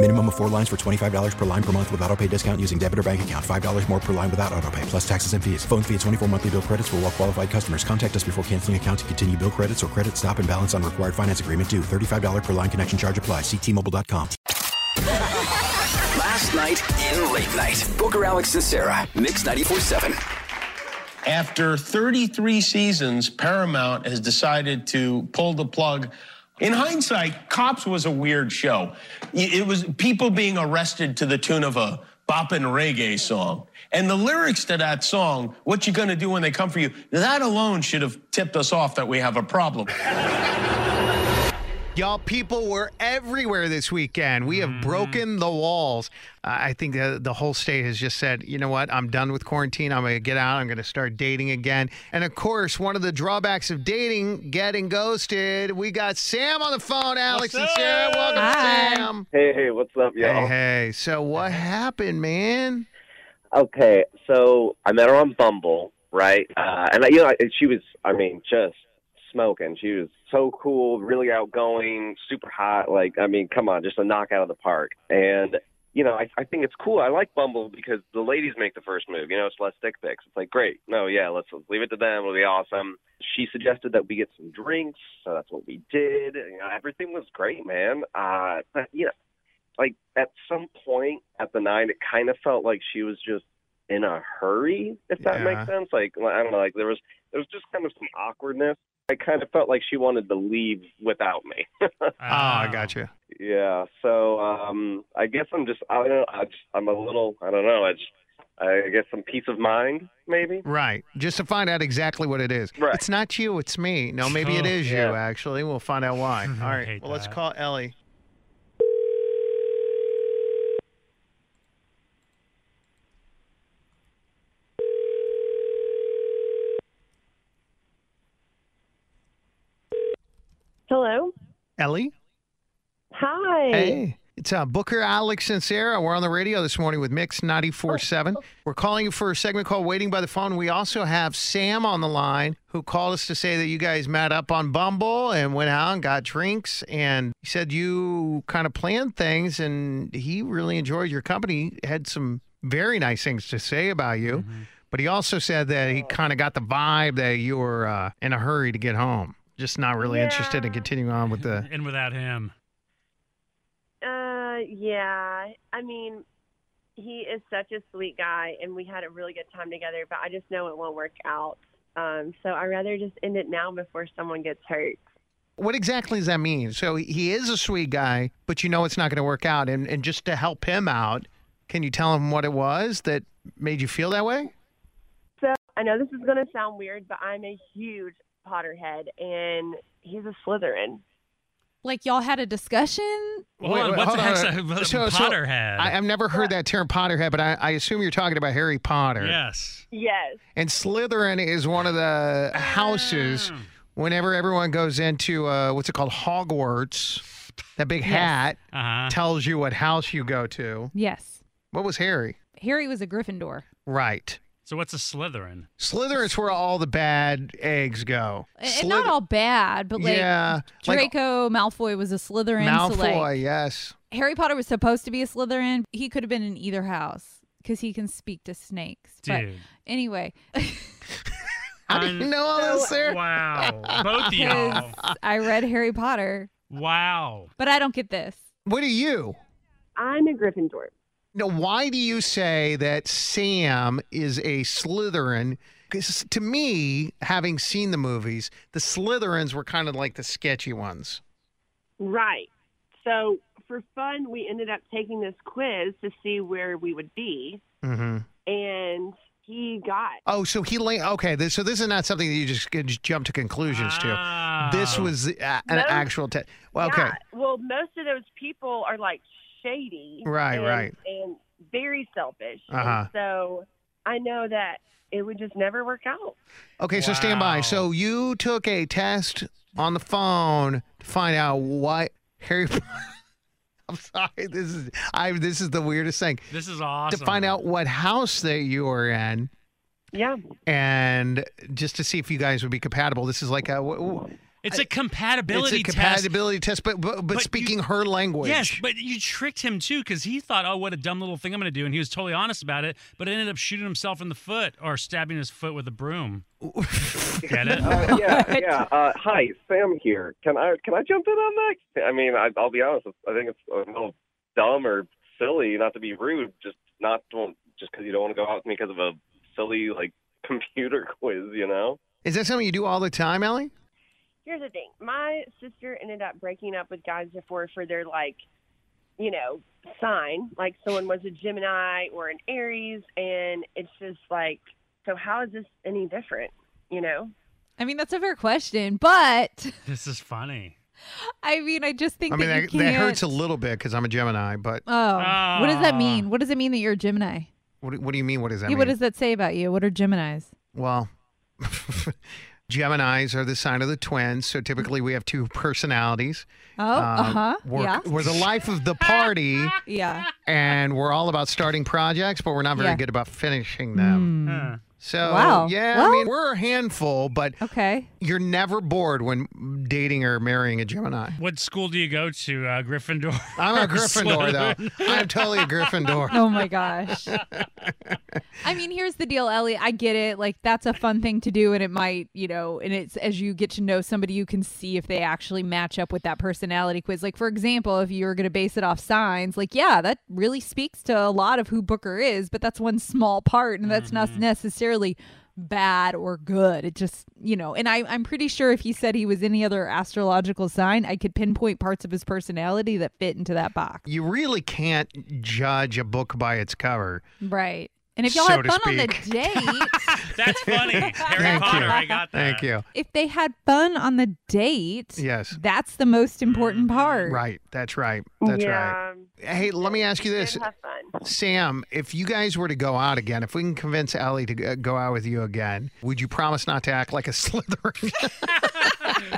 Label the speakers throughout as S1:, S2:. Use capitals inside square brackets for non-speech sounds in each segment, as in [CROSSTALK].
S1: Minimum of four lines for $25 per line per month with auto pay discount using debit or bank account. $5 more per line without auto pay, plus taxes and fees. Phone fee at 24 monthly bill credits for all well qualified customers. Contact us before canceling account to continue bill credits or credit stop and balance on required finance agreement due. $35 per line connection charge apply. Ctmobile.com.
S2: Last night in late night. Booker Alex and Sarah. Mix 94.7.
S3: After 33 seasons, Paramount has decided to pull the plug in hindsight, Cops was a weird show. It was people being arrested to the tune of a boppin' reggae song. And the lyrics to that song, what you gonna do when they come for you, that alone should have tipped us off that we have a problem.
S4: Y'all, people were everywhere this weekend. We have broken the walls. Uh, I think the, the whole state has just said, you know what? I'm done with quarantine. I'm going to get out. I'm going to start dating again. And of course, one of the drawbacks of dating, getting ghosted. We got Sam on the phone, Alex and Sarah. Welcome,
S5: Hi.
S4: Sam.
S6: Hey, hey, what's up, y'all?
S4: Hey, hey. So, what happened, man?
S6: Okay, so I met her on Bumble, right? Uh, and I, you know, I- she was, I mean, just smoking. She was so cool, really outgoing, super hot. Like, I mean, come on, just a knockout of the park. And you know, I, I think it's cool. I like Bumble because the ladies make the first move. You know, it's less dick pics. It's like, great, no, yeah, let's, let's leave it to them. It'll be awesome. She suggested that we get some drinks, so that's what we did. You know, everything was great, man. Uh, but you know, like at some point at the nine, it kind of felt like she was just in a hurry, if that
S4: Yeah.
S6: makes sense. Like I don't know, like there was there was just kind of some awkwardness. I kind of felt like she wanted to leave without me.
S4: Oh,
S7: Ah.
S4: I got you.
S6: Yeah. So um, I guess I'm just I don't know I just, I'm a little I don't know I just I guess some peace of mind maybe.
S4: Right. Just to find out exactly what it is.
S6: Right.
S4: It's not you, it's me. No, maybe it
S8: Oh,
S4: is you,
S6: yeah.
S4: actually. We'll find out why.
S8: [LAUGHS]
S4: All
S8: I
S4: right.
S8: hate
S4: Well, let's
S8: that.
S4: call Ellie.
S9: Hello.
S4: Ellie?
S9: Hi.
S4: Hey. It's uh, Booker, Alex, and Sarah. We're on the radio this morning with Mix 94.7.
S9: Oh.
S4: We're calling you for a segment called Waiting by the Phone. We also have Sam on the line who called us to say that you guys met up on Bumble and went out and got drinks. And he said you kind of planned things and he really enjoyed your company, had some very nice things to say about you. But he also said that he kind of got the vibe that you were uh, in a hurry to get home. Just not really interested in
S9: Yeah.
S4: continuing on with the.
S8: and without him.
S9: Uh, yeah. I mean, he is such a sweet guy, and we had a really good time together. But I just know it won't work out. Um, so I rather just end it now before someone gets hurt.
S4: What exactly does that mean? So he is a sweet guy, but you know it's not going to work out. And, and just to help him out, can you tell him what it was that made you feel that way?
S9: So I know this is gonna sound weird, but I'm a huge Potterhead, and he's a Slytherin.
S10: Like y'all had a discussion?
S8: Hold on, what's
S4: hold
S8: the
S4: on,
S8: heck's
S4: hold
S8: a [LAUGHS]
S4: on. So- so
S8: Potterhead?
S4: I, I've never heard that term Potterhead, but I, I assume you're talking about Harry Potter.
S8: yes.
S9: Yes.
S4: And Slytherin is one of the houses
S8: Ah.
S4: whenever everyone goes into uh, what's it called? Hogwarts. That big hat
S8: Uh huh.
S4: tells you what house you go to.
S10: Yes.
S4: What was Harry?
S10: Harry was a Gryffindor.
S4: Right.
S8: So what's a Slytherin?
S4: Slytherin's where all the bad eggs go.
S10: And and not all bad, but like
S4: yeah, like
S10: Draco Malfoy was a Slytherin.
S4: Malfoy,
S10: So like,
S4: yes.
S10: Harry Potter was supposed to be a Slytherin. He could have been in either house because he can speak to snakes. But
S8: Dude.
S10: anyway,
S4: How do you
S10: Mm.
S6: [LAUGHS]
S4: know all this, Sarah?
S8: Wow. Both of y'all.
S10: 'cause I read Harry Potter,
S8: Wow.
S10: but I don't get this.
S4: What are you?
S9: I'm a Gryffindor.
S4: Now, why do you say that Sam is a Slytherin
S3: 'Cause to me, having seen the movies, the Slytherins were kind of like the sketchy ones.
S9: Right. So for fun, we ended up taking this quiz to see where we would be,
S3: Mm-hmm.
S9: and he got
S3: Oh, so he lay. Okay, this, so this is not something that you just could just jump to conclusions to. This was uh, an
S9: No.
S3: actual test. Well, okay,
S9: Ah. Yeah. Well, most of those people are like shady,
S3: Right,
S9: and-
S3: right.
S9: and very selfish. And
S3: Uh-huh.
S9: so I know that it would just never work out.
S3: okay. So stand by. So you took a test on the phone to find out what Harry. Potter- [LAUGHS] I'm sorry. This is I. This is the weirdest thing.
S7: This is awesome.
S3: to find out what house that you were in.
S9: Yeah.
S3: And just to see if you guys would be compatible. This is like a. w- w-
S7: It's a compatibility
S3: it's a
S7: test.
S3: compatibility test, but but, but, speaking her language.
S7: Yes, but you tricked him too because he thought, oh, what a dumb little thing I'm going to do. And he was totally honest about it, but ended up shooting himself in the foot or stabbing his foot with a broom. Get it?
S6: Uh, yeah, yeah. Uh, hi, Sam here. Can I can I jump in on that? I mean, I, I'll be honest. I think it's a little dumb or silly, not to be rude, just not don't, just because you don't want to go out with me because of a silly like [LAUGHS] computer quiz, you know?
S3: Is that something you do all the time, Ellie?
S9: Here's the thing: my sister ended up breaking up with guys before for their like, you know, sign. Like someone was a Gemini or an Aries, and it's just like, so how is this any different? You know?
S4: I mean, that's a fair question, but
S7: This is funny.
S4: I mean, I just think
S3: I mean,
S4: that, you
S3: that,
S4: can't.
S3: that hurts a little bit because I'm a Gemini, but
S4: Oh, what does that
S3: Ah.
S4: mean? What does it mean that you're a Gemini?
S3: what, do- what do you mean? What does that
S4: Yeah,
S3: mean?
S4: what does that say about you? What are Geminis?
S3: well, [LAUGHS] Geminis are the sign of the twins, so typically we have two personalities.
S4: Oh,
S3: Um,
S4: uh-huh.
S3: We're,
S4: yeah.
S3: we're the life of the party,
S4: yeah.
S3: and we're all about starting projects, but we're not very
S4: Yeah. Hmm.
S3: good about finishing them. So,
S4: Wow.
S3: yeah, I
S4: Well-
S3: mean, we're a handful, but
S4: okay,
S3: you're never bored when dating or marrying a Gemini.
S7: What school do you go to? Uh, Gryffindor.
S6: [LAUGHS]
S3: I'm a
S7: or
S3: Gryffindor,
S7: Slytherin?
S3: though. I'm totally a Gryffindor.
S4: [LAUGHS] Oh my gosh. I mean, here's the deal, Ellie. I get it. Like that's a fun thing to do and it might, you know, and it's as you get to know somebody you can see if they actually match up with that personality quiz. Like for example, if you were going to base it off signs, like yeah, that really speaks to a lot of who Booker is, but that's one small part and that's
S3: Mm-hmm.
S4: not necessarily bad or good. It just, you know, and I I'm pretty sure if he said he was any other astrological sign, I could pinpoint parts of his personality that fit into that box.
S3: You really can't judge a book by its cover.
S4: Right. And if y'all
S3: So
S4: had
S3: to
S4: fun on the
S3: speak.
S4: date,
S7: That's funny. Harry
S3: Thank
S7: Potter.
S3: you.
S7: I got that.
S3: Thank you.
S4: if they had fun on the date,
S3: Yes.
S4: that's the most important
S7: Mm-hmm.
S4: part.
S3: Right. That's right. That's right. Hey, let me ask you this.
S9: Have fun.
S3: Sam, if you guys were to go out again, if we can convince Ellie to g- go out with you again, would you promise not to act like a [LAUGHS] Slytherin?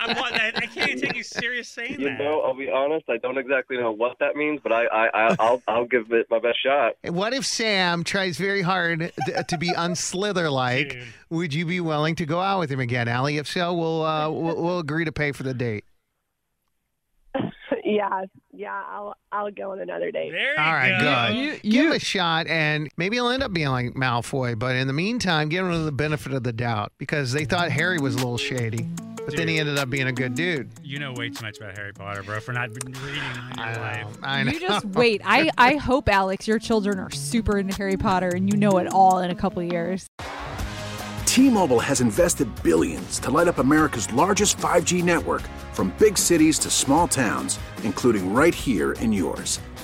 S7: I'm, wa- I, I can't even take you serious saying
S6: You
S7: that.
S6: know, I'll be honest. I don't exactly know what that means, but I, I, I I'll I'll give it my best shot.
S3: what if Sam tries very hard th- to be unslither like? Would you be willing to go out with him again, Ellie? If so, we'll,
S9: [LAUGHS]
S3: uh, we'll we'll agree to pay for the date.
S9: yeah, yeah. I'll I'll go on another date.
S7: There you
S3: All right,
S7: go.
S3: good. give it a shot, and maybe he'll end up being like Malfoy. But in the meantime, give him the benefit of the doubt because they thought Harry was a little shady, but then he ended up being a good dude.
S7: You know way too much about Harry Potter, bro, for not reading in your life.
S3: I know.
S4: You just wait. I, I hope, Alex, your children are super into Harry Potter and you know it all in a couple years.
S11: T-Mobile has invested billions to light up America's largest 5G network from big cities to small towns, including right here in yours.